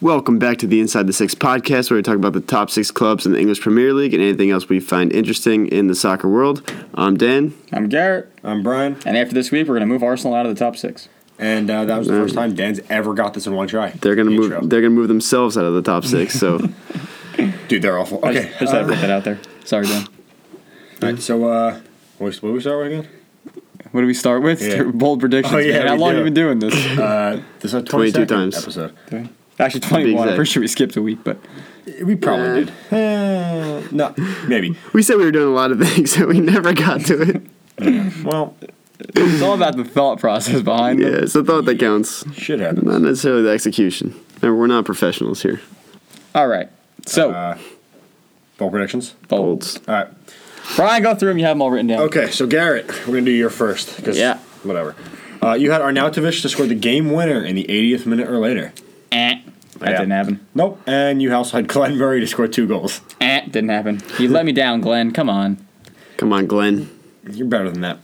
Welcome back to the Inside the Six podcast, where we talk about the top six clubs in the English Premier League and anything else we find interesting in the soccer world. I'm Dan. I'm Garrett, I'm Brian, and after this week, we're going to move Arsenal out of the top six. and uh, that was the first time Dan's ever got this in one try. They're gonna The move. intro. They're gonna move themselves out of the top six. So Dude, they're awful. I Okay, just, I just had to put that out there. Sorry, Dan. all right, so uh, what did we start with again? What do we start with? Yeah. Bold predictions. Oh, yeah, man. How we long do. have you been doing this? Uh, this is our 22 22nd times. episode. Actually, 21. I'm exact. pretty sure we skipped a week, but We probably did. Eh, no, maybe. we said we were doing a lot of things, and we never got to it. Well, it's all about the thought process behind Yeah, it. it's the thought that counts, shit happens. not necessarily the execution. Remember, we're not professionals here. All right. So, Uh, ball predictions. bolds. Bolts. All right. Brian, go through them. You have them all written down. Okay, so Garrett, we're gonna do your first because Yeah. whatever. Uh, you had Arnautovic to score the game winner in the 80th minute or later. Eh. That Yeah. didn't happen. Nope, and you also had Glenn Murray to score two goals. Eh. Didn't happen. You let me down, Glenn. Come on. Come on, Glenn. You're better than that.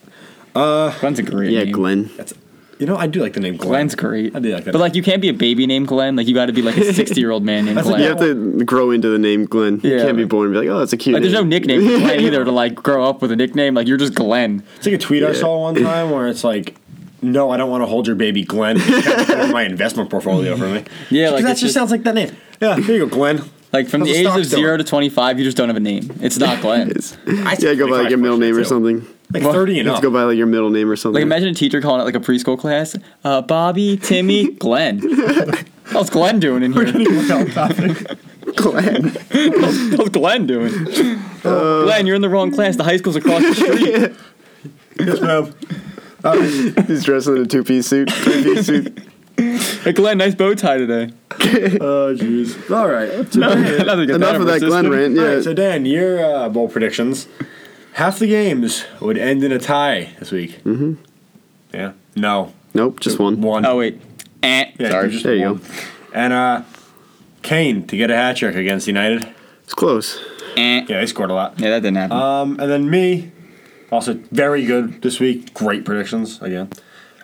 Glenn's a great Yeah, name. Glenn. That's, you know, I do like the name Glenn. Glenn's great. I do like that. But, like, you can't be a baby named Glenn. Like, you got to be, like, a 60 year old man named That's a- Glenn. You have to grow into the name Glenn. You Yeah. can't be born and be like, oh, that's a cute. Like, there's no name. nickname for Glenn either to, like, grow up with a nickname. Like, you're just Glenn. It's like a tweet I saw one time where it's like, "No, I don't want to hold your baby, Glenn. You can't hold my investment portfolio for me." Yeah, like, like that it's just, just- sounds like that name. Yeah, here you go, Glenn. Like from How's the the ages stock of doing? zero to twenty five, you just don't have a name. It's not Glenn. It's- I yeah, go by like your middle name or something. Like thirty and Let's up. go by like your middle name or something. like imagine a teacher calling it like a preschool class. Uh, Bobby, Timmy, Glenn. What's Glenn doing in here? Glenn. What's Glenn doing? Uh, Glenn, you're in the wrong class. The high school's across the street. Yes, ma'am. He's dressed in a two piece suit. Three piece suit. Hey, Glenn, nice bow tie today. Oh, jeez. All right. So, Nothing gets out Enough of our that Glenn system. rant. all Yeah. right. So Dan, your uh, bowl predictions. Half the games would end in a tie this week. Mm-hmm. Yeah. No. nope, just one. One. Oh wait. Eh. Yeah, Sorry. just There you one. And uh, Kane to get a hat trick against United. It's close. Eh. Yeah. Yeah, they scored a lot. that didn't happen. Uh, Um, and then me, also very good this week. Great predictions again.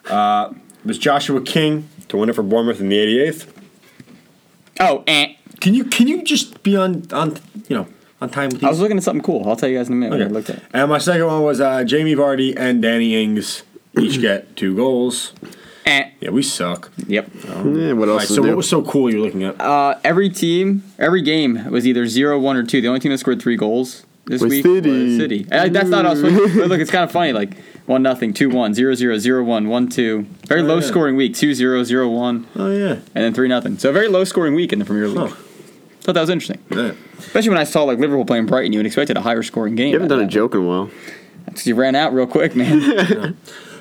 Uh, it was Joshua King to win it for Bournemouth in the 88th. oh, eh. Can you can you just be on on you know on time with I was these? looking at something cool. I'll tell you guys in a minute. What I looked at. Okay. And my second one was uh, Jamie Vardy and Danny Ings each get two goals. Eh. Yeah, we suck. Yep. Yeah, what All else right, is so new? what was so cool you're looking at? Uh, every team, every game was either zero, one, or two. The only team that scored three goals this Was week City. was City. And, like, that's not us. But look, it's kind of funny. Like one nothing, two one, zero zero, zero one, one two. Very Oh, low yeah. scoring week. Two zero, zero one, Oh yeah. and then three nothing. So a very low scoring week in the Premier League. Oh. Thought that was interesting, yeah. especially when I saw like Liverpool playing Brighton. You would expected a higher scoring game. you haven't done a joke in a while. You ran out real quick, man.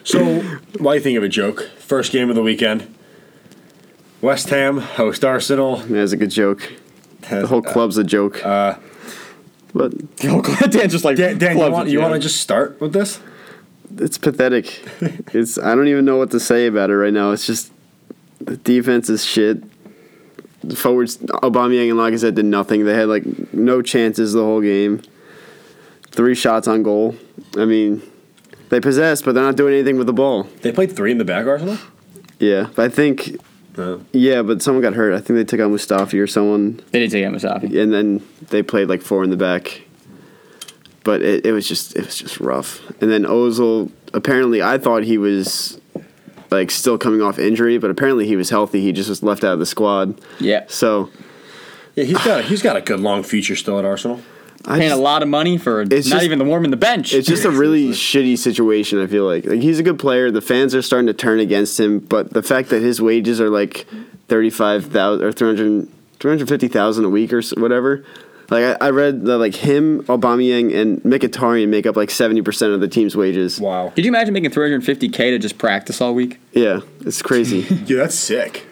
So, while you think of a joke, first game of the weekend, West Ham host Arsenal. That's a good joke. The whole club's a joke. Uh, but Dan just like Dan, Dan you clubs want it, you yeah. want to just start with this? it's pathetic. it's I don't even know what to say about it right now. It's just the defense is shit. The forwards Aubameyang and Lacazette did nothing. They had like no chances the whole game. Three shots on goal. I mean, they possess, but they're not doing anything with the ball. They played three in the back, Arsenal. Yeah, but I think No. yeah, but someone got hurt. I think they took out Mustafi or someone, They didn't take out Mustafi. and then they played like four in the back. But it, it was just it was just rough. And then Ozil apparently I thought he was like still coming off injury, but apparently he was healthy. He just was left out of the squad. Yeah, So Yeah, he's got a, he's got a good long future still at Arsenal. I paying just- a lot of money for not just- even the warm in the bench. it's just a really shitty situation. I feel like like he's a good player. The fans are starting to turn against him, but the fact that his wages are like thirty five thousand or 300, 350,000 a week or s- whatever. Like I, I read that like him, Aubameyang, and Mkhitaryan make up like seventy percent of the team's wages. Wow. Could you imagine making 350k to just practice all week? Yeah, it's crazy. Yeah, that's sick.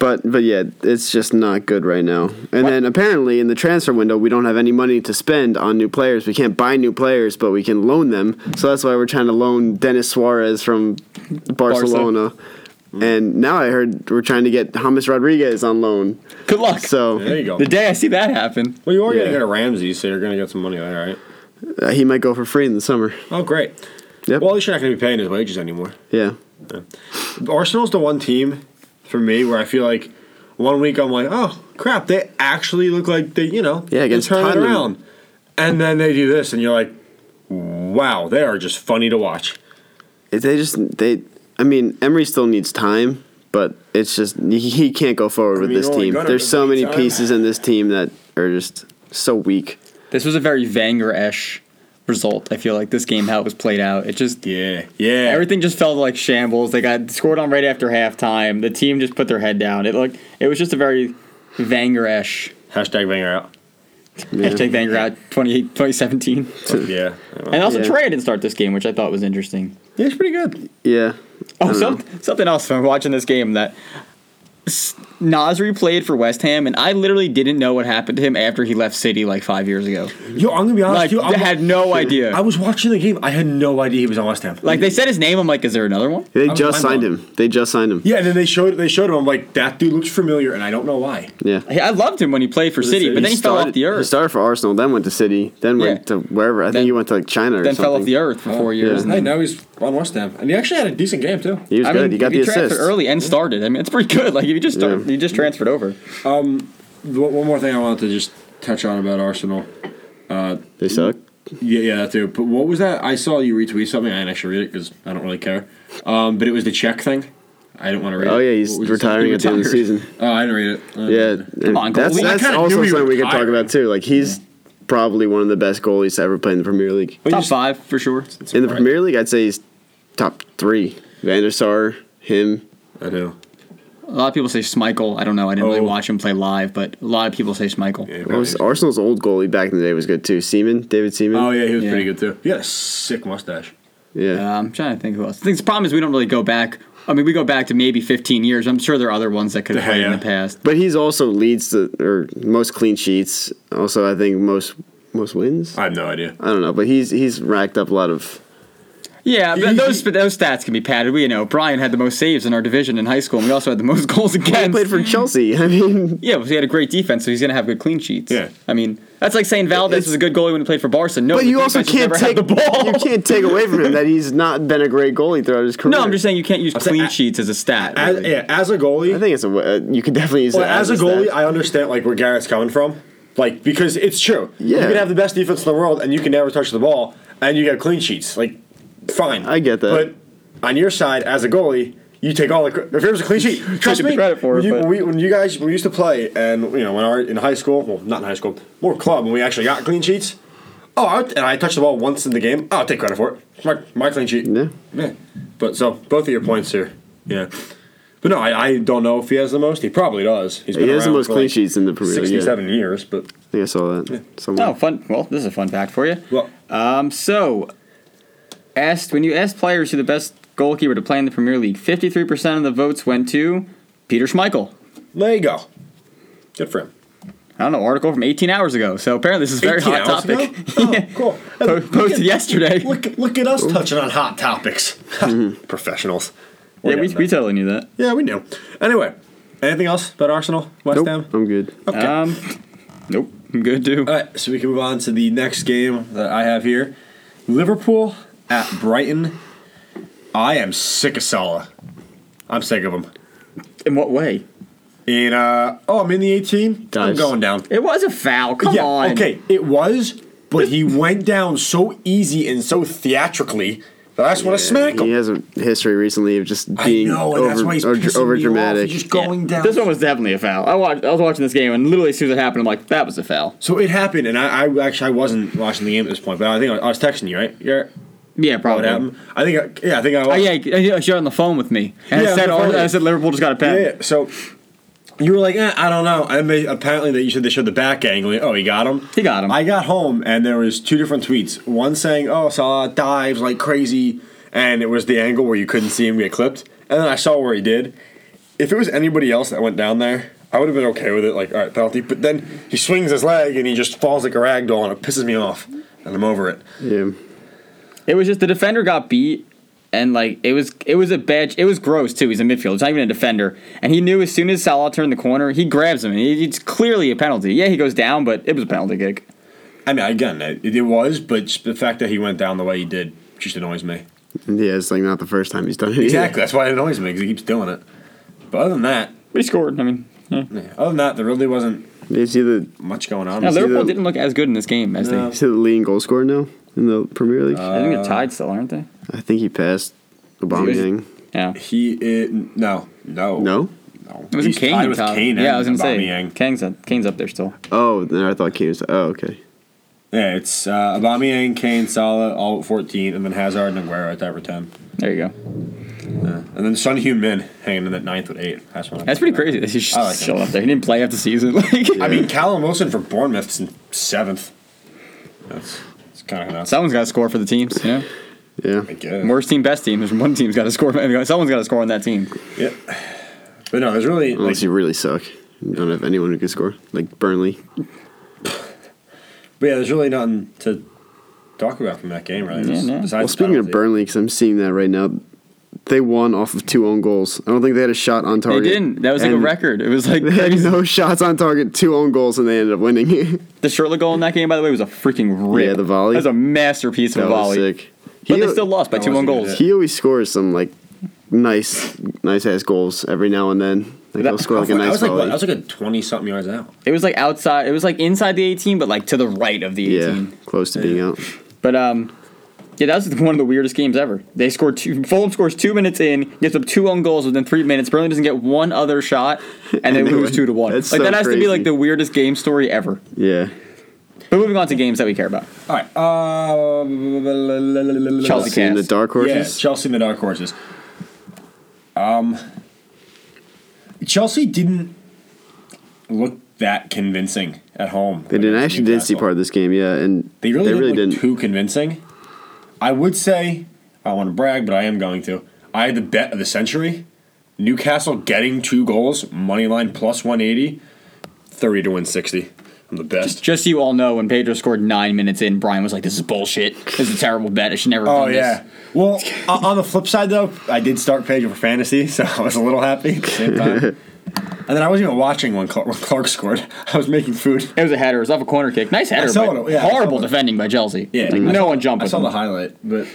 but but yeah, it's just not good right now. And then apparently in the transfer window, we don't have any money to spend on new players. We can't buy new players, but we can loan them. So that's why we're trying to loan Dennis Suarez from Barcelona. And now I heard we're trying to get James Rodriguez on loan. Good luck. So There you go. the day I see that happen, Well, you are Yeah. gonna get a Ramsey, so you're gonna get some money there, right? uh, he might go for free in the summer. Oh, great. Yep. Well, at least you're not gonna be paying his wages anymore. Yeah. Arsenal's the one team for me where I feel like One week I'm like, oh crap, they actually look like they, you know, Yeah, against they turn it Tottenham. around. And then they do this, and you're like, wow, they are just funny to watch. If They just they. I mean, Emery still needs time, but it's just he, he can't go forward with mean, this only team. Gunnar There's doesn't so need many time. pieces in this team that are just so weak. This was a very Wenger-ish result. I feel like this game how it was played out. It just Yeah, yeah. everything just felt like shambles. They got scored on right after halftime. The team just put their head down. It looked it was just a very Wenger-ish Hashtag Wenger out. hashtag Wenger out 20, 2017. Oh, yeah, And also Yeah. Trey didn't start this game, which I thought was interesting. yeah, it's pretty good. Yeah. Oh, I don't Mm. some, know. something else from watching this game that S- Nasri played for West Ham, and I literally didn't know what happened to him after he left City like five years ago. Yo, I'm gonna be honest, Like, with you. I I'm, had no idea. I was watching the game. I had no idea he was on West Ham. like they said his name, I'm like, is there another one? They was just signed mind-blown. him. They just signed him. yeah, and then they showed they showed him. I'm like, that dude looks familiar, and I don't know why. Yeah. I I loved him when he played for it City, City? but then he, fell off started- the He earth. started for Arsenal, then went to City, then Yeah. went to wherever. I Then- think he went to like China or Then something. fell off the earth for four years. yeah. And now he's on West Ham, and he actually had a decent game too. He was I good. mean, he got if the you assist. transferred early and started. I mean, it's pretty good. Like if you just start, Yeah. you just transferred over. One one more thing I wanted to just touch on about Arsenal. They suck. Yeah, yeah, that too. But what was that? I saw you retweet something. I didn't actually read it because I don't really care. Um, but it was the check thing. I didn't want to read Oh it. yeah, he's What was it? retiring He at the end of the retired. season. Oh, I didn't read it. I didn't Yeah, read it. and on, that's goalie. I that's kinda also knew he something we could talk retired. about too. Like he's probably one of the best goalies to ever play in the Premier League. Top five for sure. In the Right. Premier League, I'd say he's top three. Van der Sar, him. I do. A lot of people say Schmeichel. I don't know. I didn't really Oh. watch him play live, but a lot of people say Schmeichel. Yeah, What was- very- Arsenal's old goalie back in the day was good too. Seaman, David Seaman. Oh yeah, he was Yeah. pretty good too. He had a sick mustache. yeah. Uh, I'm trying to think who else. I think the problem is we don't really go back. I mean, we go back to maybe 15 years. I'm sure there are other ones that could have Yeah, played in yeah. the past. But he's also leads the or most clean sheets. Also, I think most most wins. I have no idea. I don't know, but he's he's racked up a lot of. Yeah, but those but those stats can be padded. We know Brian had the most saves in our division in high school, and we also had the most goals He against. played for Chelsea. I mean, yeah, but he had a great defense, so he's going to have good clean sheets. Yeah. I mean, that's like saying Valdez It's- was a good goalie when he played for Barca. No, but the you also defense can't has never take had the ball. You can't take away from him that he's not been a great goalie throughout his career. No, I'm just saying you can't use saying, clean a- sheets as a stat. As, really. yeah, as a goalie, I think it's a wa- uh, you could definitely use Well, it as a stat. goalie, I understand like where Garrett's coming from, like because it's true. Yeah. you can have the best defense in the world and you can never touch the ball, and you get clean sheets. Like, fine, I get that. But on your side, as a goalie, you take all the cre- if it was a clean sheet. Trust the me, credit for it, when you, but- when we when you guys when we used to play, and you know when our in high school, well not in high school, more club, when we actually got clean sheets. Oh, I, would- and I touched the ball once in the game. I'll take credit for it. It's My, my clean sheet. Yeah. Yeah. But so both of your points here. Yeah. But no, I, I don't know if he has the most. He probably does. He's been He has the around most for, clean like, sheets in the Premier League. Yeah. I 67 years, but think I saw that somewhere. Oh, fun. Well, this is a fun fact for you. well, Um, so, asked when you asked players who the best goalkeeper to play in the Premier League, fifty-three percent of the votes went to Peter Schmeichel. there you go. Good for him. I don't know article from eighteen hours ago. So apparently this is a very 18 hot hours topic. ago? Oh, Yeah. cool. Po- posted yesterday. Look, look at us touching on hot topics. Professionals. We're yeah, we, getting we there. totally knew that. yeah, we knew. Anyway, anything else about Arsenal, West nope, Ham? Uh, I'm good. Okay. Uh, Um, nope, I'm good too. All right, so we can move on to the next game that I have here. Liverpool at Brighton. I am sick of Salah. I'm sick of him. In what way? And uh, oh, I'm in the 18. I'm Dives. going down. It was a foul. Come yeah, on. okay, it was, but he went down so easy and so theatrically that I just want to smack him. He has a history recently of just I being know, and over, that's why he's or- pissing over me dramatic. Off. He's just Yeah. going down. This one was definitely a foul. I watched. I was watching this game, and literally as soon as it happened, I'm like, "That was a foul." so it happened, and I, I actually I wasn't watching the game at this point, but I think I, I was texting you, right? Yeah, Yeah, what probably. happened? I think, I, yeah, I think I. Was. Oh yeah, yeah, she was on the phone with me, and Yeah, I said, on the phone. oh, I said Liverpool just got a Yeah, pen. yeah. So you were like, eh, I don't know. And they, apparently, that you said they showed the back angle. Oh, he got him. He got him. I got home, and there was two different tweets. One saying, "Oh, Salah dives like crazy," and it was the angle where you couldn't see him get clipped. And then I saw where he did. If it was anybody else that went down there, I would have been okay with it. Like, all right, penalty. But then he swings his leg, and he just falls like a rag doll, and it pisses me off. And I'm over it. Yeah. It was just the defender got beat, and like it was it was a bad. It was gross too. He's a midfielder. He's not even a defender, and he knew as soon as Salah turned the corner, he grabs him, and it- it's clearly a penalty. Yeah, he goes down, but it was a penalty kick. I mean, again, it, it was, but just the fact that he went down the way he did just annoys me. Yeah, it's like not the first time he's done it. either. Exactly. That's why it annoys me because he keeps doing it. But other than that, But he scored. I mean, Yeah. Other than that, there really wasn't Is he the much going on. Now Liverpool the- didn't look as good in this game as No. Uh, they. is he the leading goal scorer now in the Premier League? I think they're tied still, aren't they? I think he passed Aubameyang. Yeah. he is, no no No. no. It was He's Kane. tied in with top. Kane. yeah, and I was gonna say Aubameyang. Kane's up, Kane's up there still. Oh, then I thought Kane was. Oh, okay. Yeah, it's uh, Aubameyang, Kane, Salah, all at 14, and then Hazard and Aguero at that were 10. There you go. And then Sun Heung Min hanging in at ninth with 8. That's, what I That's think pretty crazy. about. That he's I like just him. still up there. He didn't play half the season. Like I mean, Callum Wilson for Bournemouth's in 7th. That's, that's kind of nuts. someone's got to score for the teams. You know, Yeah. I guess. worst team, best team. There's one team's got to score. Someone's got to score on that team. Yeah. But no, there's really. Like, Unless you really suck. You don't have anyone who can score. Like Burnley. but yeah, there's really nothing to talk about from that game, really. Yeah, no. Besides Well, the speaking of penalty. Burnley, because I'm seeing that right now, they won off of two own goals. I don't think they had a shot on They target. didn't. That was like a Oh, And record. It was like They had no shots on target, two own goals, and they ended up winning. that the Shirley goal in that game. By the way, was a freaking rip. Yeah, the volley. That was a masterpiece of a was volley. sick. But He- they still lost by That two one wasn't goals. good. He always scores some like nice, nice ass goals every now and then. Like That- he'll score like a Halfway- that nice was like, what, volley. that was like a 20 something yards out. It was like outside. It was like inside the eighteen, but like to the right of the yeah, eighteen. close to being out. But um, yeah, that was one of the weirdest games ever. They scored two. Fulham scores two minutes in, gets up two own goals within three minutes. Burnley doesn't get one other shot, and, they, they lose win. two to one. That's like so that has to be crazy. like the weirdest game story ever. Yeah, But moving on to games that we care about. All right. Uh, Chelsea seeing the Cast. dark horses. um, Yeah, Chelsea mid dark horses. Um, Chelsea didn't look that convincing at home. they didn't I actually did see part of this game. Yeah, and They really, didn't, look didn't. too convincing. I would say I don't want to brag, but I am going to. I had the bet of the century. Newcastle getting two goals, money line plus 180, 30 to win 60. I'm the best. Just so you all know, when Pedro scored nine minutes in, Brian was like, "This is bullshit. This is a terrible bet. I should never." have Oh done yeah. this. Well, o- on the flip side though, I did start Pedro for fantasy, so I was a little happy at the same time. and then I wasn't even watching when Clark, when Clark scored. I was making food. It was a header. It was off a corner kick. Nice header, saw but it, yeah, I saw horrible it. defending by Chelsea. Yeah, like, I no saw- one jumped. I with saw him. the highlight, but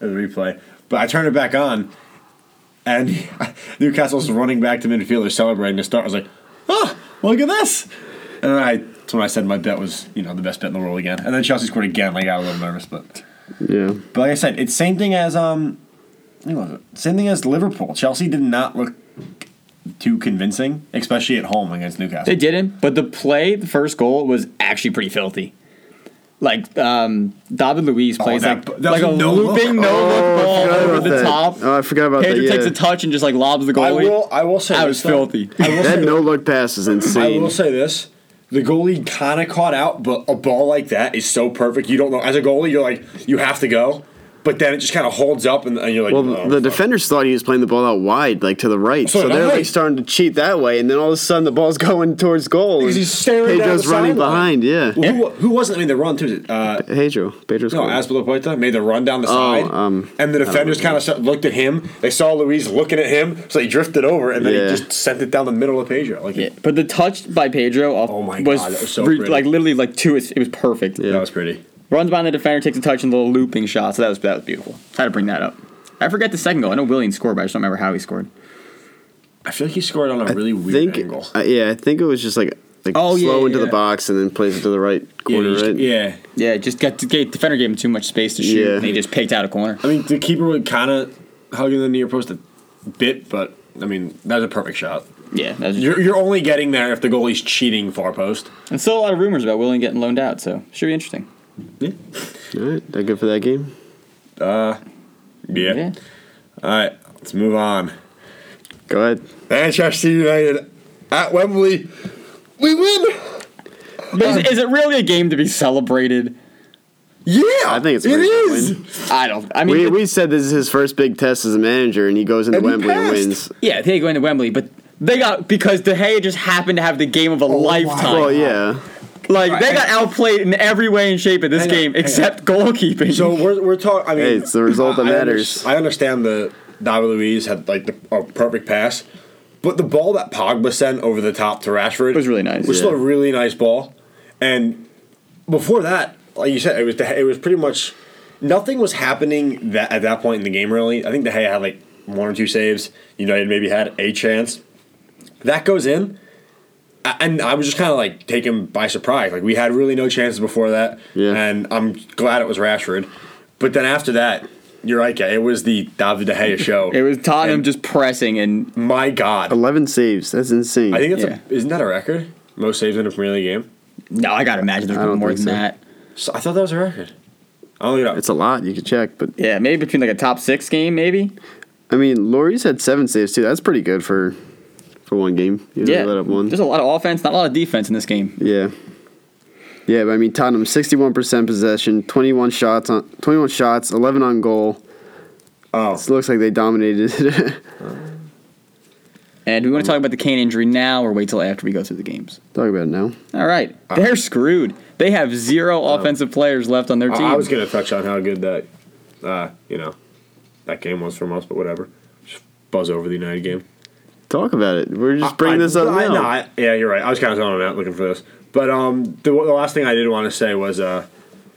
or the replay. But I turned it back on, and Newcastle's running back to midfielder celebrating the start. I was like, "Oh, look at this!" And then I, that's when I said my bet was, you know, the best bet in the world again. And then Chelsea scored again. I got a little nervous, but Yeah, But like I said, it's same thing as um, what was it? same thing as Liverpool. Chelsea did not look too convincing, especially at home against Newcastle. They didn't, but the play, the first goal was actually pretty filthy. Like um, David Luiz plays that- like, that was like a a no look. looping no look ball forgot over about the that. top. Oh, I forgot about that, Pedro takes yeah. a touch and just like lobs the goalie. I will. I will say That this, was filthy. I will, that say, no look pass is I insane. will say this: the goalie kind of caught out, but a ball like that is so perfect. You don't know as a goalie, you're like you have to go, but then it just kind of holds up, and, and you're like, Well, oh, the fuck. defenders thought he was playing the ball out wide, like to the right. So So, did they're I. like starting to cheat that way, and then all of a sudden the ball's going towards goal. Because and he's staring down Pedro's the running sideline. behind. Yeah, Well, who, who wasn't? I mean, the run too. Uh, Pedro. Pedro's No, Aspilapoita made the run down the side, um, and the defenders kind of looked at him. They saw Luis looking at him, so they drifted over, and then Yeah. he just sent it down the middle of Pedro. Like, Yeah, but the touch by Pedro off Oh my was, God, that was so re- pretty. like literally like two. It was perfect. Yeah. that was pretty. Runs behind the defender, takes a touch and a little looping shot. So that was that was beautiful. Had to bring that up. I forget the second goal. I know William scored, but I just don't remember how he scored. I feel like he scored on a really weird think, angle. uh, yeah, I think it was just like like Oh, yeah, slow yeah, into yeah. the box and then plays it to the right yeah, corner, he- right? yeah. Yeah, just got the defender gave him too much space to shoot, Yeah. and he just picked out a corner. I mean, the keeper was kind of hugging the near post a bit, but I mean, that was a perfect shot. Yeah, that was You're, you're only getting there if the goalie's cheating far post. And still a lot of rumors about Willian getting loaned out, so should be interesting. Yeah. All right, that good for that game. Yeah. Yeah. All right, let's move on. Go ahead. Manchester United at Wembley. We win. But is, is it really a game to be celebrated? Yeah, I think it's it worth it. is. I don't. I mean, We, it- we said this is his first big test as a manager, and he goes into And he Wembley and passed. wins. yeah, they go into Wembley, but they got because De Gea just happened to have the game of a Oh, lifetime. Oh, Well, yeah, Like they Right. got outplayed in every way and shape in this Hang on, game hang on. except goalkeeping. So we're, we're talking. I mean, Hey, it's the result that I- I under- matters. I understand the David Luiz had like the a perfect pass, but the ball that Pogba sent over the top to Rashford was really nice, Was still yeah. a really nice ball, and before that, like you said, it was the, it was pretty much nothing was happening that at that point in the game. Really, I think the Gea had like one or two saves. United maybe had a chance. That goes in. I- and I was just kind of like taken by surprise. Like we had really no chances before that, Yeah. and I'm glad it was Rashford. But then after that, you're right, guy. It was the David De Gea show. It was Tottenham just pressing and my God. Eleven saves. That's insane. I think that's Yeah. a, isn't that a record? Most saves in a Premier League game. no, I gotta imagine there's I don't more than think so. that. So I thought that was a record. I'll look it up. it's a lot. You could check, but Yeah, maybe between like a top six game, maybe. I mean, Laurie's had seven saves too. That's pretty good for for one game. You know, yeah, let up one. there's a lot of offense, not a lot of defense in this game. Yeah. Yeah, but I mean Tottenham sixty one percent possession, twenty one shots on twenty one shots, eleven on goal. oh, It looks like they dominated it. And do we want to talk about the Kane injury now, or wait till after we go through the games? Talk about it now. All right, Uh, they're screwed. They have zero offensive players left on their team. Oh. I, I was gonna touch on how good that, uh, you know, that game was from us, but whatever. Just buzz over the United game. Talk about it. We're just I- bringing this up I, now. no, I- yeah, you're right. I was kind of zoning out looking for this, but um, the, the last thing I did want to say was uh,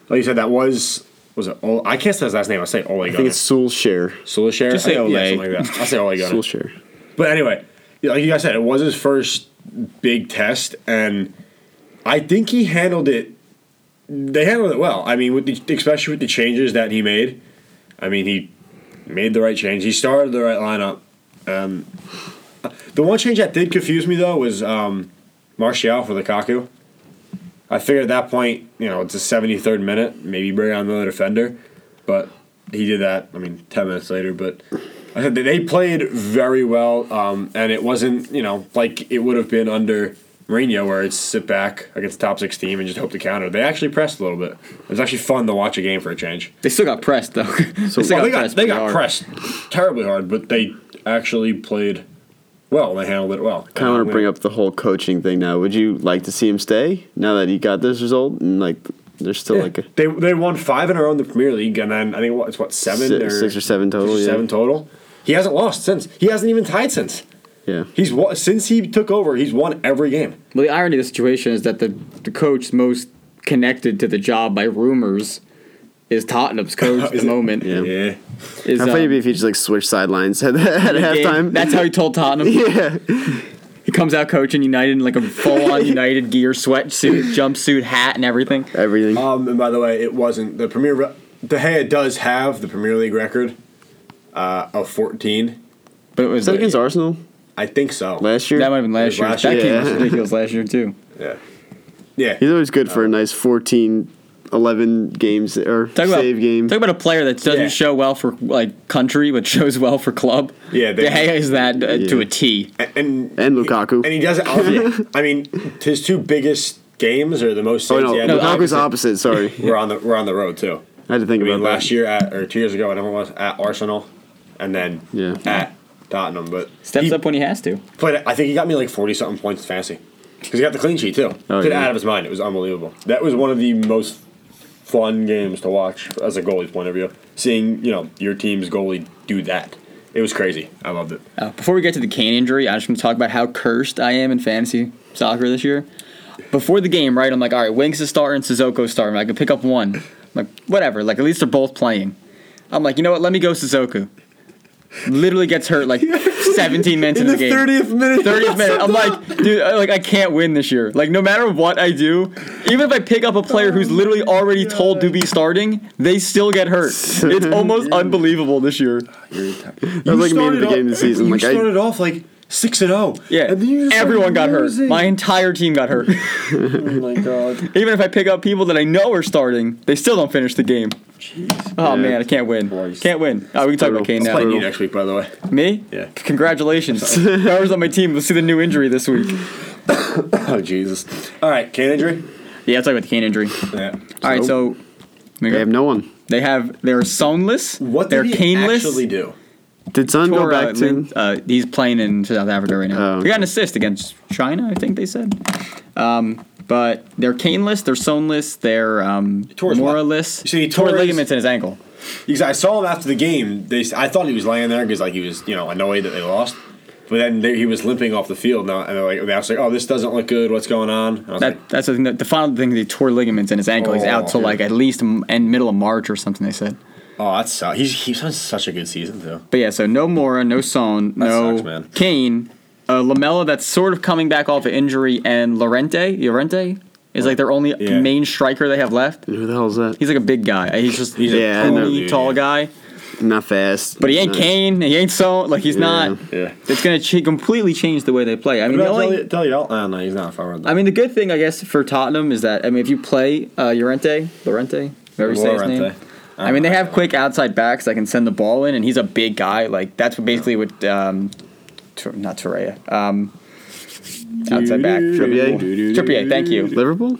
like you said, that was was it? Ole, I can't say his last name. I say Ole I think Gunnar it's Solskjaer. Solskjaer. Just say I- yeah, Ole. something like that. I say Ole Gunnar. E. Solskjaer. But anyway, yeah, like you guys said, it was his first big test, and I think he handled it. They handled it well. I mean, with the, especially with the changes that he made. I mean, he made the right change. He started the right lineup. Um, the one change that did confuse me though was um, Martial for Lukaku. I figured at that point, you know, it's a 73rd minute, maybe bring on another defender, but he did that. I mean, 10 minutes later, but I said they- they played very well, um, and it wasn't, you know, like it would have been under Mourinho, where it's sit back against the top six team and just hope to counter. They actually pressed a little bit. It was actually fun to watch a game for a change. they still got pressed though. So- Well, still Well, they got they pretty got hard. pressed terribly hard, but they actually played well. They handled it well. Kind of want to bring up the whole coaching thing now. Would you like to see him stay now that he got this result and like there's still like a They they won five in a row in the Premier League, and then I think what it's what seven Si- or six or seven total, yeah. Seven total. He hasn't lost since. He hasn't even tied since. yeah. He's won, since he took over. He's won every game. Well, the irony of the situation is that the, the coach most connected to the job by rumors is Tottenham's coach at the Is it? moment. Yeah. Yeah. Is, How funny um, it'd be if he just like switched sidelines at, at the game- halftime. That's how he told Tottenham. yeah. He comes out coaching United in like a full on United gear sweatsuit, jumpsuit, hat, and everything. Everything. Oh, Um, and by the way, it wasn't the Premier. Re- De Gea does have the Premier League record uh, of fourteen. But it was Is that against Arsenal I think so. last year? that might have been last year. Last that year, game yeah. was ridiculous last year too. yeah. Yeah. He's always Oh. good for a nice 14, 11 games or Talk about save game. Talk about a player that doesn't Yeah. show well for like country, but shows well for club. Yeah, they- De Gea is that uh, to Yeah. a T. and and, And Lukaku. and he does it. all- I mean, his two biggest games are the most. oh saves no, he had. No, Lukaku's opposite. Sorry, we're on the we're on the road too. I had to think I about mean, that. last year at or two years ago, whatever it was at Arsenal, and then Yeah. at Tottenham. But Steps he up when he has to. Played, I think he got me like forty something points fancy because he got the clean sheet too. Oh, Did it yeah. out of his mind. It was unbelievable. That was one of the most fun games to watch as a goalie's point of view. Seeing you know your team's goalie do that, it was crazy. I loved it. Uh, before we get to the Kane injury, I just want to talk about how cursed I am in fantasy soccer this year. Before the game, right, I'm like, all right, Winks is starting, Sissoko starting. I can pick up one. I'm like, whatever. Like, at least they're both playing. I'm like, you know what? Let me go Sissoko. Literally gets hurt like 17 minutes in into the the game. thirtieth minute, 30th minute. I'm like, dude, I, like I can't win this year. Like no matter what I do, even if I pick up a player who's literally already told to be starting, they still get hurt. It's almost unbelievable this year. that was like maybe the game of the season. Like I, off like six and zero. Yeah, everyone got hurt. My entire team got hurt. oh my god. even if I pick up people that I know are starting, they still don't finish the game. Yeah. Oh man, I can't win. Christ. Can't win. Oh, we can talk about Kane It's now. Playing you brutal. next week, by the way. Me? Yeah. Congratulations. Whoever's on my team will see the new injury this week. Oh Jesus! All right, can injury. Yeah, let's talk about the Kane injury. Yeah. All right, so we they go. have no one. They have they're soneless. What they're did he caneless. actually do? Did Son go Or, uh, back to? Lin- uh, he's playing in South Africa right now. Oh, He got an assist against China, I think they said. Um, but they're caneless, they're soneless, they're um, tore his what? moraless. You see, he tore tore his- ligaments in his ankle. Because I saw him after the game. They, I thought he was laying there because like he was, you know, annoyed that they lost. But then they, he was limping off the field, now, and they're like, I was like, "Oh, this doesn't look good. What's going on?" And I was like, That, that's the, thing that, the final thing. They tore ligaments in his ankle. he's out Oh, till yeah. like at least m- end middle of March or something. They said. "Oh, that's su- he's he's on such a good season too." But yeah, so no Mora, no Son, no sucks, man. Kane, uh, Lamella that's sort of coming back off an injury, and Lorente Llorente is like their only Yeah. main striker they have left. Who the hell is that? He's like a big guy. He's just he's a a Yeah, I know, tiny, dude, tall yeah. guy. Not fast. But he ain't Not- Kane. He ain't so like he's not. Yeah. It's gonna ch- completely change the way they play. I mean, the Tell only, you, tell you, oh, no, he's not a forward. I mean, the good thing I guess for Tottenham is that I mean, if you play uh, Llorente, Llorente, whatever you say his name. Llorente. I mean, they have quick outside backs that can send the ball in, and he's a big guy. Like that's what basically what um, Tor- not Torreira, um, outside back Trippier? Trippier, thank you. Liverpool?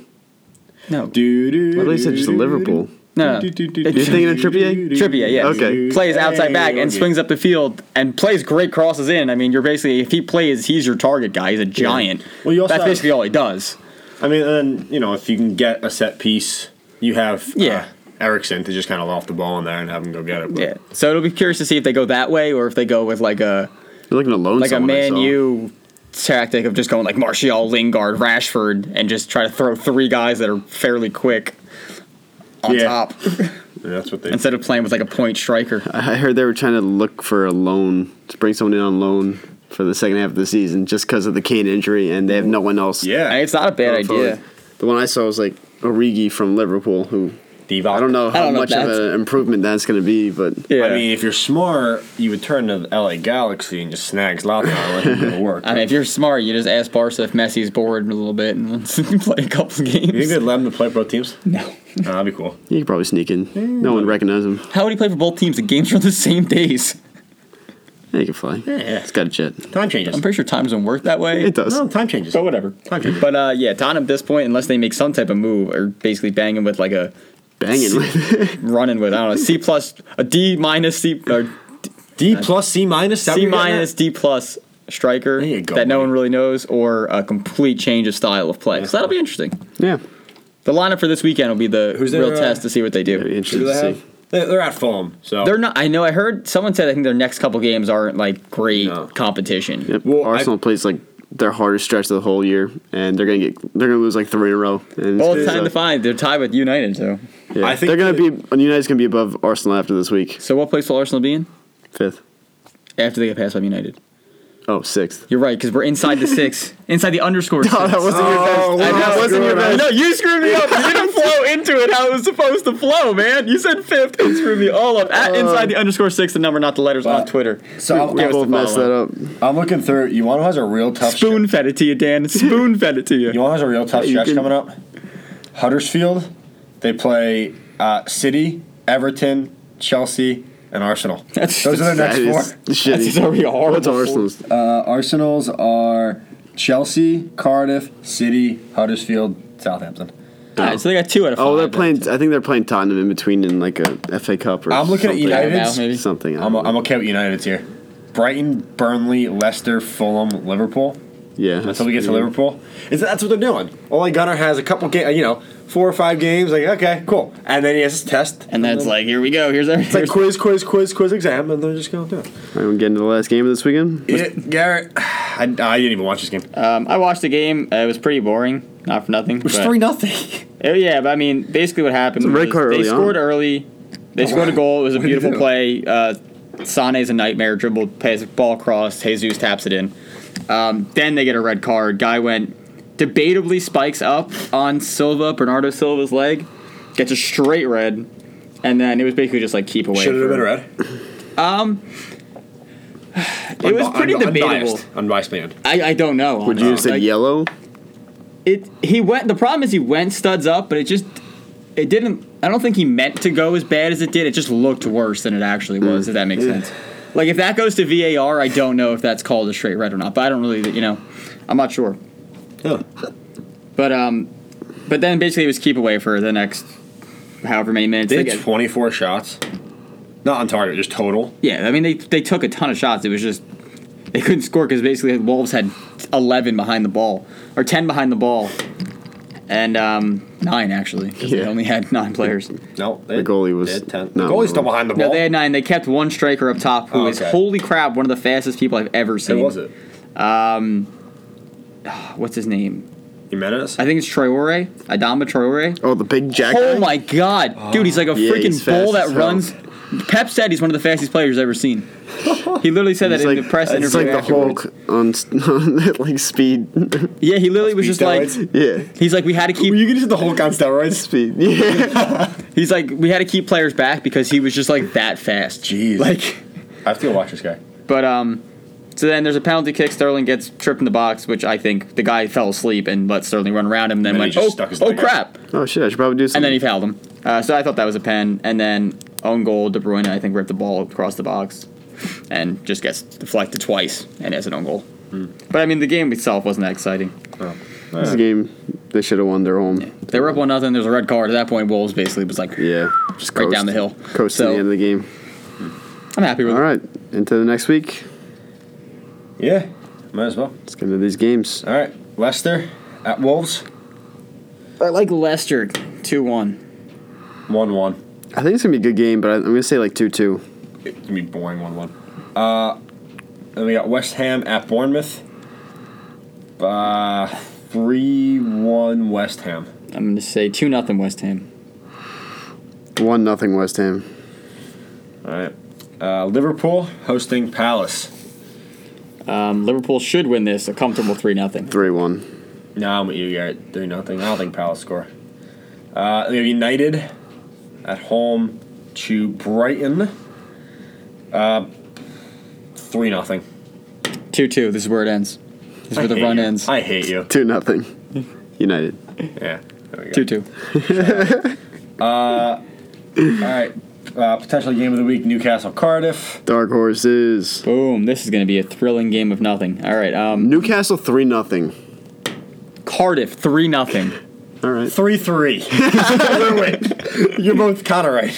No, Do I thought you said just Liverpool. No, no. You're thinking of Trippier? Trippier, yeah. Okay. Plays outside back and swings up the field and plays great crosses in. I mean, you're basically if he plays, he's your target guy. He's a giant. Well, you also that's have- basically all he does. I mean, and then you know, if you can get a set piece, you have Yeah. uh, Erickson to just kind of loft the ball in there and have him go get it. but- Yeah. So it'll be curious to see if they go that way or if they go with like a You're looking to loan like a someone, I Man saw. U tactic of just going like Martial, Lingard, Rashford, and just try to throw three guys that are fairly quick on Yeah. top yeah, that's what they. instead of playing with like a point striker. I heard they were trying to look for a loan to bring someone in on loan for the second half of the season just because of the Kane injury, and they have no one else. yeah, And it's not a bad going forward. idea. The one I saw was like Origi from Liverpool, who Divock. I don't know how don't know if much of that's- an improvement that's going to be, but Yeah. I mean, if you're smart, you would turn to the LA Galaxy and just snag Zlatan and let him go to work. I mean, if you're smart, you just ask Barca if Messi's bored a little bit and wants to play a couple games. you think they'd let him to play pro teams? No, No. that'd be cool. he could probably sneak in. No one recognizes him. How would he play for both teams? The games are on the same days. Yeah, he can fly. yeah. It's got a jet. Time changes. I'm pretty sure time doesn't work that way. It does. no, time changes. But whatever. Time changes. But uh, yeah, Tottenham at this point, unless they make some type of move, are basically banging with like a Banging with it. running with I don't know C plus a D minus C or D plus C minus. is that C what you're getting at? minus D plus striker There you go, that no buddy. one really knows, or a complete change of style of play. So that'll be interesting. Yeah. The lineup for this weekend will be the Who's their, real uh, test to see what they That'd be do. interesting to see. They- They're at Fulham, so They're not. I know. I heard someone said. I think their next couple games aren't like great No. competition. Yep. Well, Arsenal plays like their hardest stretch of the whole year, and they're gonna get they're gonna lose like three in a row. And All it's uh, time gonna to find. They're tied with United. So, suck. Yeah. I think they're gonna that- be United's gonna be above Arsenal after this week, so what place will Arsenal be in fifth. after they get past by United? Oh, sixth. You're right, because we're inside the six, inside the underscore. six. Oh, that wasn't your best. Oh, that wow. wasn't your best. No, you screwed me up. You didn't flow into it how it was supposed to flow, man. You said fifth and screwed me all up. Oh. At inside the underscore six, the number, not the letters on Twitter. So I'm, We Give us both the messed that follow-up. up. I'm looking through. You want who has a real tough Spoon fed it to you, Dan. Spoon fed it to you. You want who has a real tough you stretch can- coming up? Huddersfield. They play uh, City, Everton, Chelsea, and Arsenal. That's- Those are their That next is four. That's shitty. already a horrible. What's Arsenal's? Uh, Arsenal's are Chelsea, Cardiff, City, Huddersfield, Southampton. All right, so they got two out of five. Oh, they're playing. I think they're playing Tottenham in between in like a FA Cup or I'm looking at something. United's. maybe. Something. I I'm, don't know. I'm okay with United's here. Brighton, Burnley, Leicester, Fulham, Liverpool. yeah. until we get to Liverpool. Is that- that's what they're doing? Only Gunner has a couple games, you know, four or five games. Like, okay, cool, and then he has his test, And that's then- like, here we go. Here's it's like everything. quiz, quiz, quiz, quiz exam, and they're just going to do it. All right, we're getting to the last game of this weekend. Yeah, Garrett, I, I didn't even watch this game. It Um, I watched the game. Uh, it was pretty boring. Not for nothing. was but- three nothing. Oh, yeah, but I mean, basically what happened It's a red was card they early on. scored early. They scored a goal. It was a What did you beautiful do? play. Uh, Sane's a nightmare. Dribbled, pass, ball cross. Jesus taps it in. Um, then they get a red card. Guy went debatably spikes up on Silva, Bernardo Silva's leg, gets a straight red, and then it was basically just like keep away. Should it have for- been red? It was pretty debatable. Unbiased, unbiased man. I, I don't know. Would you have honestly. said Like, yellow? it he went the problem is he went studs up but it just it didn't i don't think he meant to go as bad as it did it just looked worse than it actually was if that makes sense like if that goes to var i don't know if that's called a straight red or not but i don't really you know i'm not sure but um but then basically it was keep away for the next however many minutes They get- had 24 shots, not on target, just total. yeah i mean they they took a ton of shots it was just they couldn't score because basically the wolves had 11 behind the ball or 10 behind the ball and um, nine actually 'cause they Yeah. only had nine players No, they, The goalie was they had 10. not the goalie's still on. behind the ball. No, they had nine. They kept one striker up top, who Oh, is okay. holy crap, one of the fastest people I've ever Who seen. was it? What's his name? Jimenez. I think it's Traore, Adama Traore. Oh, the big jack. Oh my god, dude, he's like a Yeah, freaking he's fast bull as that hell. runs Pep said he's one of the fastest players ever seen. He literally said It's that in like, the press it's interview. like the afterwards. Hulk on, s- on like speed. Yeah, he literally was Speed just like, steroids. yeah, he's like, we had to keep Were you gonna say the Hulk on steroids? speed. Yeah. He's like, we had to keep players back because he was just like that fast. Jeez. Like, I have to go watch this guy. but um, so then there's a penalty kick. Sterling gets tripped in the box, which I think the guy fell asleep and let Sterling run around him. And then, then went, he just oh, stuck his oh leg out." crap! Oh shit! I should probably do And then something. he fouled him. Uh, so I thought that was a pen. And then own goal, De Bruyne I think ripped the ball across the box, and just gets deflected twice and has an own goal. Hmm. But I mean, the game itself wasn't that exciting. Oh. This is a game they should have won their home. They were up one nothing. There's a red card at that point. Wolves basically was like, Yeah, just Right down the hill. Coast to So- the end of the game. I'm happy with All it. right, into the next week. Yeah, might as well. Let's get into these games. All right, Leicester at Wolves, I like Leicester two one. one-one. I think it's gonna be a good game, but I- I'm gonna say like two-two. It's gonna be boring one-one. Uh, then we got West Ham at Bournemouth. Uh, three-one West Ham. I'm going to say two nothing West Ham. One nothing West Ham. All right. Uh, Liverpool hosting Palace. Um, Liverpool should win this a comfortable three nothing. Three-one. No, I'm with you, Garrett. Three nothing. I don't think Palace score. Uh, we have United at home to Brighton. Uh, Three nothing. Two two. This is where it ends. This is where the run ends. I hate you. Two nothing. United. Yeah. There we go. Two two. All right. Uh, potential game of the week: Newcastle Cardiff. Dark horses. Boom. This is going to be a thrilling game of nothing. All right. Um, Newcastle three nothing. Cardiff three nothing. All right. Three three. Oh, You're both kind of right.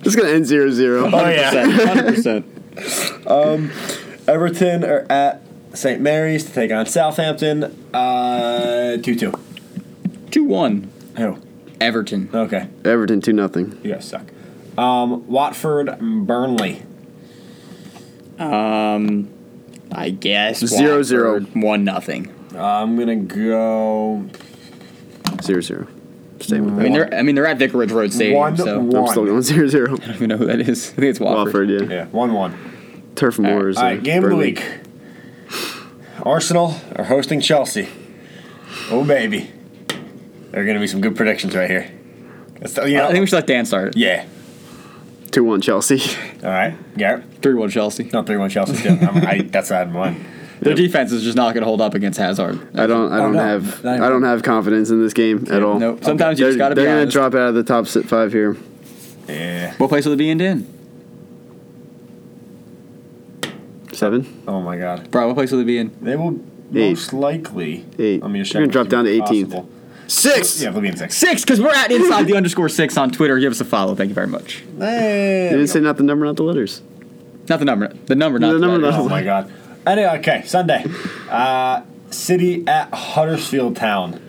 This is gonna end 0-0. Oh yeah. Hundred percent. Everton are at St Mary's to take on Southampton. Uh, two two. Two one. Oh. Everton. Okay. Everton two nothing. You guys suck. Um, Watford, Burnley. Um, I guess Zero, zero. One nothing. I'm gonna go 0-0. Staying with I that. mean, they're I mean they're at Vicarage Road Stadium, one so I I'm still one. going 0-0. don't even know who that is. I think it's Watford. Watford, yeah. Yeah, one one. Turf Moors. All right, uh, game Burnley. of the week. Arsenal are hosting Chelsea. Oh baby, there are gonna be some good predictions right here. That's the- you know- I think we should let Dan start. it. yeah. Two one Chelsea. All right, Garrett. Three one Chelsea. No, three one Chelsea. Yeah, I'm- I, that's not one. Their defense is just not going to hold up against Hazard. I don't. I Oh, don't no. have. Not even- I don't have confidence in this game at all. Nope. Sometimes you They're, just got to be they're gonna honest. drop out of the top si- five here. Yeah. What place will it be in, Dan? Seven, Oh my God. Bro, what place will it be in? They will Eight. most likely. Eight. Let me just You're gonna check drop if down to 18th. possible. six. Yeah, they'll be in six. Six, because we're at inside the underscore six on Twitter. Give us a follow. Thank you very much. You Hey, didn't say not the number, not the letters. Not the number. The number, not The the, number, letters. not- Oh my god. Anyway, okay, Sunday. Uh, City at Huddersfield Town.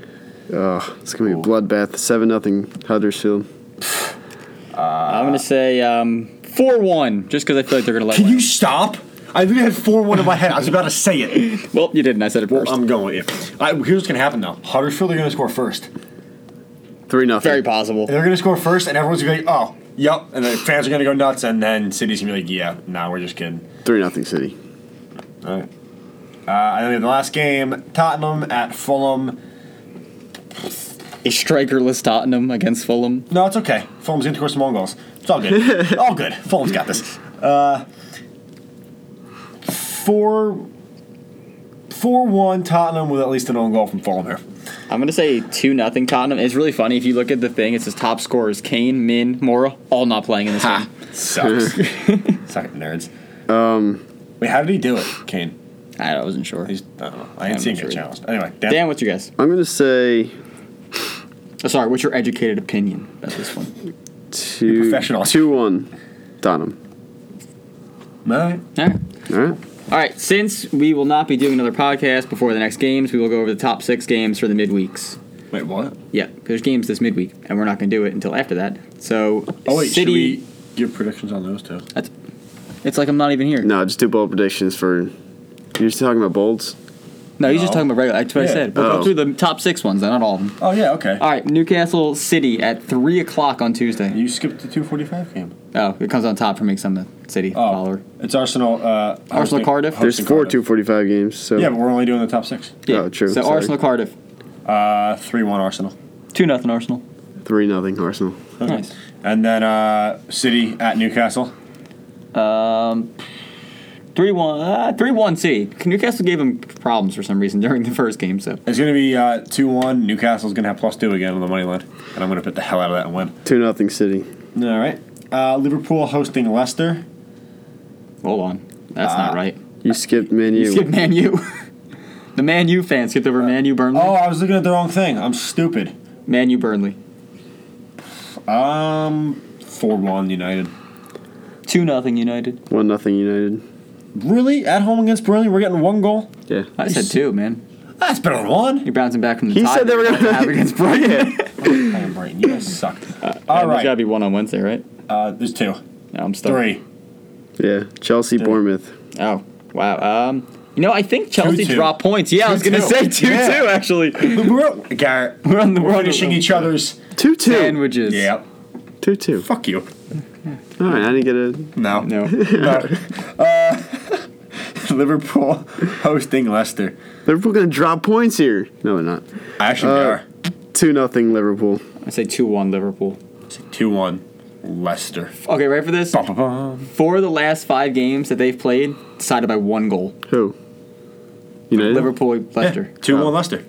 Oh, it's gonna be a bloodbath. Seven nothing Huddersfield. I'm gonna say um, four one, just because I feel like they're gonna let. one. stop? I think I had 4 1 in my head. I was about to say it. well, um, you didn't. I said it Well, first. I'm going with you. All right, here's what's going to happen, though. Huddersfield are going to score first. Three nothing. Very possible. They're going to score first, and everyone's going to be like, oh, yep. And the fans are going to go nuts, and then City's going to be like, yeah, nah, we're just kidding. Three nothing City. All right. Uh, and then we have the last game Tottenham at Fulham. A strikerless Tottenham against Fulham. No, it's okay. Fulham's going to score some own goals. It's all good. all good. Fulham's got this. Uh, four, four one Tottenham with at least an own goal from Fulham here. I'm gonna say two nothing Tottenham. It's really funny if you look at the thing. It says top scorers Kane, Min, Mora, all not playing in this game. Sucks. Suck nerds. Um, Wait, how did he do it, Kane? I, I wasn't sure. He's, I don't know. I I'm ain't seen not him get sure. challenged. Anyway, Dan. Dan, what's your guess? I'm gonna say Oh, sorry, what's your educated opinion about this one? two. professional. Two one. Tottenham. All right. All right. All right. All right, since we will not be doing another podcast before the next games, we will go over the top six games for the midweeks. Wait, what? Yeah, 'cause there's games this midweek, and we're not going to do it until after that. So, Oh, wait, should City, we give predictions on those two? that's, it's like I'm not even here. No, just two bold predictions for. You're still talking about bolds. No, he's just No. talking about regular. That's what I Yeah. said. We'll Oh. go through the top six ones, then, not all of them. Oh yeah, okay. All right, Newcastle City at 3 o'clock on Tuesday. You skipped the 245 game. Oh, it comes on top for me because I'm the City Oh, follower. it's Arsenal. Uh, hosting- Cardiff? hosting There's There's four 245 games, so Yeah, but we're only doing the top six. Oh, true, So sorry. Arsenal Cardiff. Uh, three one Arsenal. 2 nothing Arsenal. 3 nothing Arsenal. Nice. And then uh, City at Newcastle. Um, three one, uh, three one City. Newcastle gave them problems for some reason during the first game. So It's gonna be uh, two one. Newcastle's gonna have plus two again on the money line, and I'm gonna put the hell out of that and win. 2 nothing City. All right. Uh, Liverpool hosting Leicester. hold on, that's not Uh, right. You skipped Man You U. skipped Man U. the Man U fans skipped over Man U Burnley. Oh, I was looking at the wrong thing. I'm stupid. Man U Burnley. Um, four one United. Two nothing United. 1 nothing United. Really? At home against Burnley, we're getting one goal. Yeah. I said two, man. That's better than one. You're bouncing back from the He tie said they that were you going to have against Brighton. Damn, Brighton, you guys suck. All There's gotta right. be one on Wednesday, right? Uh, there's two, No, I'm still three. Yeah. Chelsea Bournemouth. Oh wow. Um, you know I think Chelsea 2-2. dropped points. Yeah, I was gonna 2-2. say two Yeah. two actually. We're Garrett. We're on the We're we're on the- finishing each other's. 2 2. sandwiches. Yeah. 2 2. Fuck you. All right, I didn't get a. No. No. uh, Liverpool hosting Leicester. Liverpool going to drop points here. No, they're not. Actually, Uh, 2 nothing Liverpool. I say two one Liverpool. they are. 2 1 Leicester. Okay, ready for this? Bum, bum, bum. Four of the last five games that they've played decided by one goal. Who? United? Liverpool, Leicester. 2 1 Leicester.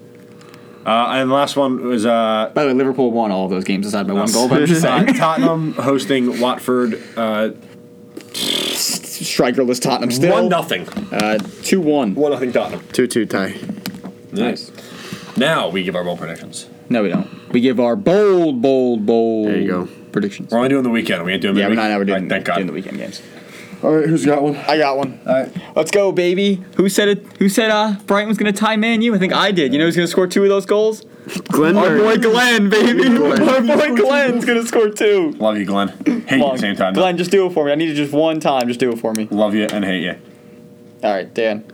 Uh, and the last one was uh, By the way, Liverpool won all of those games decided by one goal. But I'm just uh, saying, Tottenham hosting Watford. Uh, strikerless Tottenham still. 1 nothing. Uh, two one. 1 nothing Tottenham. 2 2 tie. Nice. Now we give our bowl predictions. No, we don't. We give our bold, bold, bold. There you go. Predictions. We're only doing the weekend. We ain't doing Yeah, we're midweek. not ever doing, Alright, Thank God. doing the weekend games. All right, who's got one? I got one. All right. Let's go, baby. Who said it? Who said uh Brighton was gonna tie Man U? I think I did. You know who's gonna score two of those goals? Glenn Our boy Murray. Glenn, baby. Glenn. Our boy Glenn's gonna score two. Love you, Glenn. Hate you at the same time. though. Glenn, just do it for me. I need you just one time. Just do it for me. Love you and hate you. All right, Dan.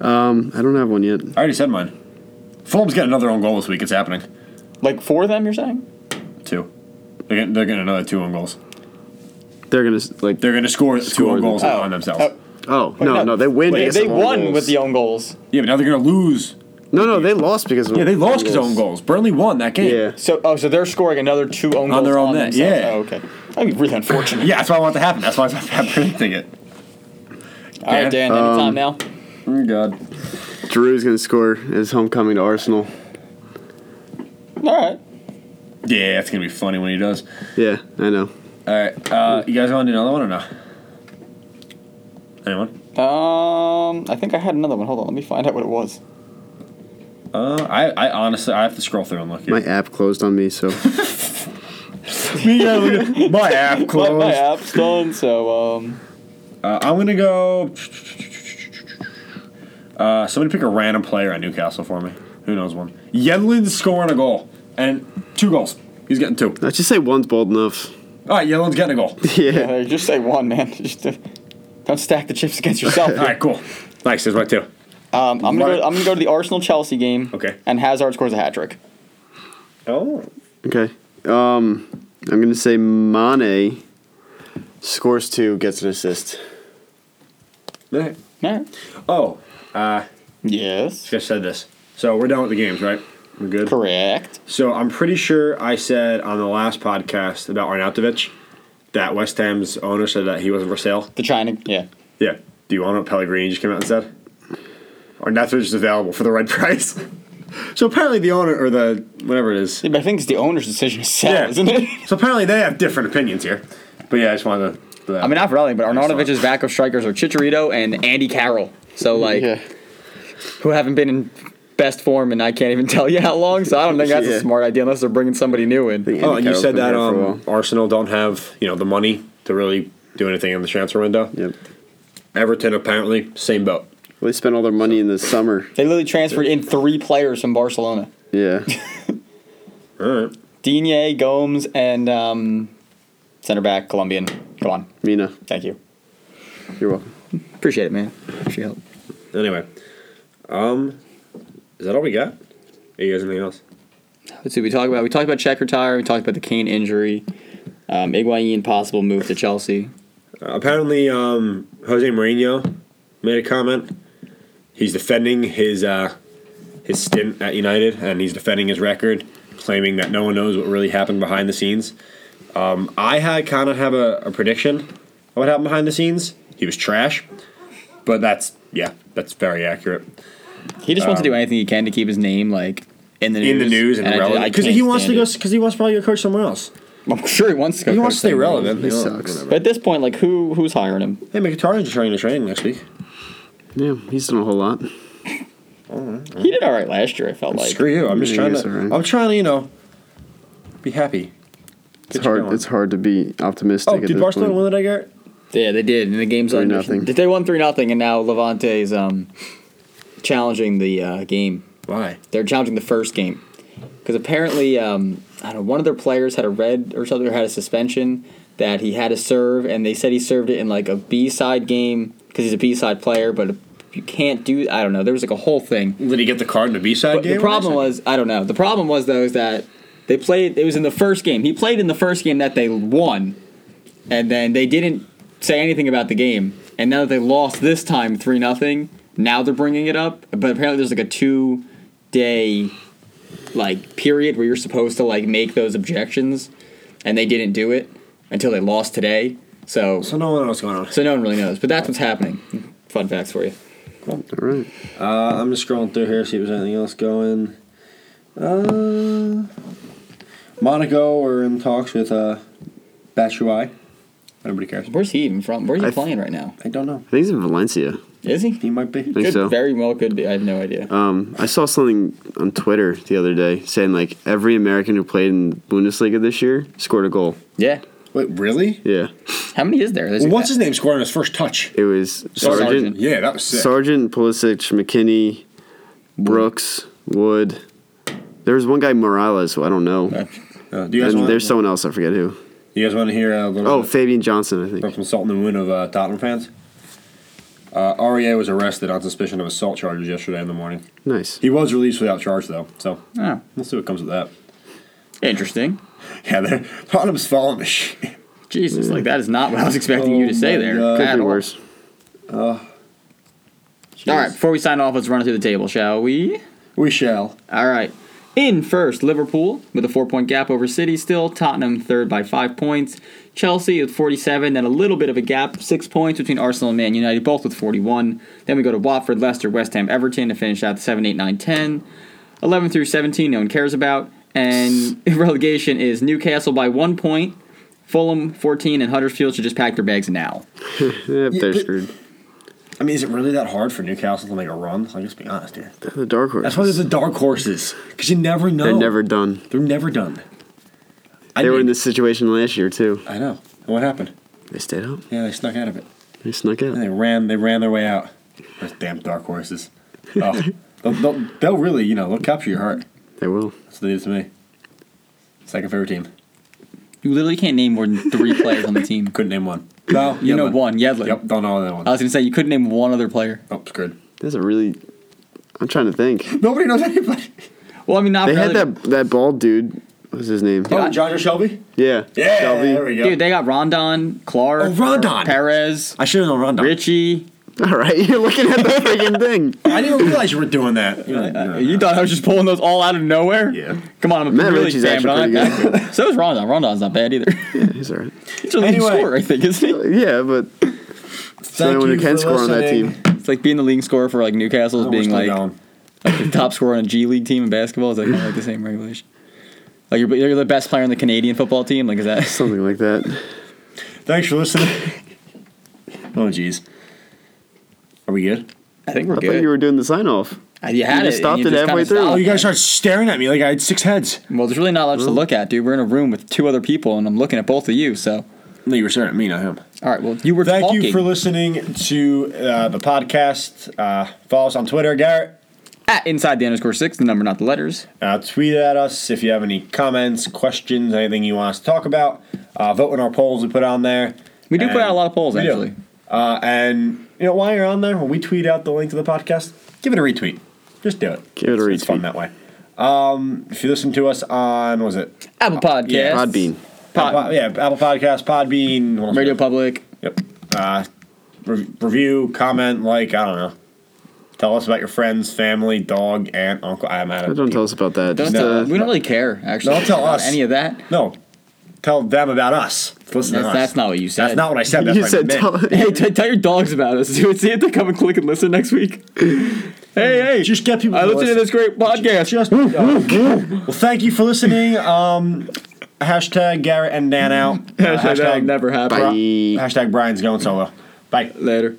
Um, I don't have one yet. I already said mine. Fulham's got another own goal this week. It's happening. Like four of them, you're saying? Two. They're getting, they're getting another two own goals. They're going to, like, They're going to score, two Score own the- goals Oh. on themselves. Oh. oh, no, no, they win. Wait, because they of own won goals. with the own goals. Yeah, but now they're going to lose. No, no, they lost because of Yeah, they lost because because of own goals. Burnley won that game. Yeah. So, oh, so they're scoring another two own goals their own on net, themselves. yeah. Oh, okay. That'd be really unfortunate. Yeah, that's why I want it to happen. That's why I'm predicting it. All right, Dan. Um, Anytime now. Oh, God. Drew's going to score his homecoming to Arsenal. All right. Yeah, it's going to be funny when he does. Yeah, I know. All right. Uh, you guys want to do another one or no? Anyone? Um, I think I had another one. Hold on, let me find out what it was. Uh, I, I honestly, I have to scroll through and look. My app closed on me, so. My, my app My, closed. my app's done, so um, Uh, I'm gonna go. Uh, somebody pick a random player at Newcastle for me. Who knows one? Yedlin's scoring a goal and two goals. He's getting two. Let's just say one's bold enough. All right, Yedlin's getting a goal. yeah. yeah, just say one, man. Just uh, don't stack the chips against yourself. All right, cool. Nice. There's my two. Um, I'm gonna Right. go, I'm gonna go to the Arsenal Chelsea game. Okay. And Hazard scores a hat trick. Oh. Okay. Um, I'm gonna say Mane scores two, gets an assist. All right. Oh, uh, Yes. just said this. So we're done with the games, right? We're good. Correct. So I'm pretty sure I said on the last podcast about Arnautovic that West Ham's owner said that he wasn't for sale. The China. Yeah. Yeah. Do you want what Pellegrini just came out and said? Or Nethridge is available for the right price. so apparently the owner or the whatever it is. Yeah, but I think it's the owner's decision to sell, Yeah. isn't it? So apparently they have different opinions here. But yeah, I just wanted to. I mean, not for nothing, but Arnautovic's backup strikers are Chicharito and Andy Carroll. So like, who haven't been in best form, and I can't even tell you how long. So I don't think that's Yeah. a smart idea unless they're bringing somebody new in. oh, and you Carroll's said been that there for a um, Arsenal don't have you know the money to really do anything in the transfer window. while. Yep. Everton apparently same boat. Well, they spent all their money in the summer. They literally transferred in three players from Barcelona: Yeah. All right. Digne, Gomes, and um, center back Colombian. Come on, Mina, thank you. you're welcome. Appreciate it, man. Appreciate it. Anyway, um, Is that all we got? Are you guys anything else? Let's see. We talked about we talked about Czech retire. We talked about the Kane injury. Um, Iguain possible move to Chelsea. Uh, apparently, um, Jose Mourinho made a comment. He's defending his uh, his stint at United, and he's defending his record, claiming that no one knows what really happened behind the scenes. Um, I had kind of have a, a prediction of what happened behind the scenes. He was trash, but that's yeah, that's very accurate. He just wants to do anything he can to keep his name like in the news. in the news and, I ju- I relevant because can't he wants to stand go because he wants to probably go coach somewhere else. it. I'm sure he wants to go. He coach wants to stay somewhere. relevant. He you know, sucks. whatever. But at this point, like who who's hiring him? Hey, Mkhitaryan's trying to train next week. Yeah, he's done a whole lot. He did all right last year. I felt like. Screw you! I'm just Yeah, trying he's to. alright. I'm trying to you know be happy. It's hard. going. It's hard to be optimistic. Oh, at did this Barcelona point. win today, Garrett? Yeah, they did, and the game's Three under. nothing. They won three nothing, and now Levante's um, challenging the uh, game. Why? They're challenging the first game because apparently, um, I don't know, one of their players had a red or something, or had a suspension that he had to serve, and they said he served it in like a B side game because he's a B side player, but you can't do. I don't know. There was like a whole thing. Did he get the card in the B side But the problem was, I don't know. The problem was though is that they played. It was in the first game. He played in the first game that they won, and then they didn't say anything about the game. And now that they lost this time three nothing, now they're bringing it up. But apparently, there's like a two day like period where you're supposed to like make those objections, and they didn't do it until they lost today. So So no one knows what's going on. so no one really knows. But that's what's happening. Fun facts for you. All right. Uh, I'm just scrolling through here, see if there's anything else going. Uh, Monaco are in talks with uh, Batshuayi. Nobody cares. Where's he even from? Where's he I th- playing right now? I don't know. I think he's in Valencia. Is he? He might be. Think Could so. very well could be. I have no idea. Um, I saw something on Twitter the other day saying like every American who played in the Bundesliga this year scored a goal. yeah. Wait, really? Yeah, How many is there? There's- What's his name scoring his first touch? it was Sargent. Sergeant, Yeah, that was sick. Sergeant, Pulisic, McKinney, Brooks, Wood. There was one guy Morales who I don't know, Uh, Uh, do you guys and want? there's someone else I forget who. you guys want to hear uh, a little? Oh, bit Fabian Johnson, I think. from consultant the moon of uh, Tottenham fans. Uh, REA was arrested on suspicion of assault charges yesterday in the morning. Nice. He was released without charge though, so Oh, we'll see what comes of that. interesting. Yeah, they're, Tottenham's falling to shit. Jesus, like that is not what I was expecting you to say Oh my there. God. Could at be all. worse. All right, before we sign off, let's run it through the table, shall we? We shall. All right. In first, Liverpool with a four point gap over City still. Tottenham third by five points. Chelsea with 47, then a little bit of a gap, six points between Arsenal and Man United, both with 41. Then we go to Watford, Leicester, West Ham, Everton to finish out the 7, 8, 9, 10. 11 through 17, no one cares about. And relegation is Newcastle by one point, Fulham 14, and Huddersfield should just pack their bags now. Yep, they're but- screwed. I mean, is it really that hard for Newcastle to make a run? Like, let's be honest here. They're the dark horse. That's why there's the dark horses, because you never know. They're never done. They're never done. I They were in mean- this situation last year too. I know. And what happened? They stayed up. Yeah, they snuck out of it. They snuck And out. they ran. They ran their way out. Those damn dark horses. Oh, they'll, they'll, they'll really, you know, they'll capture your heart. They will. That's what they did to me. Second favorite team. You literally can't name more than three players on the team. Couldn't name one. No, You know Yedlin. one, Yedlin. Yep, don't know that I one. was going to say, you couldn't name one other player. Oh, screwed. That's a really. I'm trying to think. Nobody knows anybody. Well, I mean, not They had releg- that that bald dude. What was his name? Oh, Joshua Shelby. Yeah. Yeah, Shelby. there we go. Dude, they got Rondon, Clark, Oh, Rondon. Perez, I should have known Rondon. Richie. All right, you're looking at the freaking thing. I didn't realize you were doing that. You're like, Uh, you thought I was just pulling those all out of nowhere? Yeah. Come on, I'm Matt really Ritchie's damned actually on that. so is Rondon. Rondon's not bad either. Yeah, he's all right. He's a leading Anyway. scorer, I think, isn't he? Yeah, but Thank the only one who you can for score on that listening. team. It's like being the leading scorer for like Newcastle is Oh, we're being still like, going. like the top scorer on a G League team in basketball. Is that kind of like the same regulation? Like you're, you're the best player on the Canadian football team. Like is that? something like that. Thanks for listening. oh, jeez. Are we good? I think we're I good. thought you were doing the sign off. Uh, you had you just it. stopped and you it just halfway kinda through. stopped. Oh, Oh, you guys started staring at me like I had six heads. Well, there's really not much to look at, dude. We're in a room with two other people, and I'm looking at both of you. So, No, you were staring at me, not him. all right. Well, you were Thank talking. you for listening to uh, the podcast. Uh, follow us on Twitter, Garrett. at inside the underscore six, the number, not the letters. Uh, tweet at us if you have any comments, questions, anything you want us to talk about. Uh, vote in our polls we put on there. We do put And- out a lot of polls, We do. actually. Uh, and you know, while you're on there, when we tweet out the link to the podcast, give it a retweet. Just do it. Give it a It's- It's retweet. fun that way. Um, if you listen to us on, what was it? Apple Podcasts. yeah, Podbean. Pod- Apple, yeah, Apple Podcast, Podbean, what else Radio we got? Public. Yep. Uh, re- review, comment, like, I don't know. Tell us about your friends, family, dog, aunt, uncle. I'm out of Don't tell us about that. Don't Just, tell, uh, we don't really care, actually. Don't tell about us. any of that. No. Tell them about us. Listen That's, to us. that's not what you said. That's not what I said. That's you what said I meant. tell. Hey, t- tell your dogs about us. dude. See if they come and click and listen next week. Hey, hey. Just get people I to listened to listen. this great podcast. Just well, thank you for listening. Um, hashtag Garrett and Dan out. Uh, Hashtag that'll never happen. Bye. hashtag Brian's going solo. Bye. Later.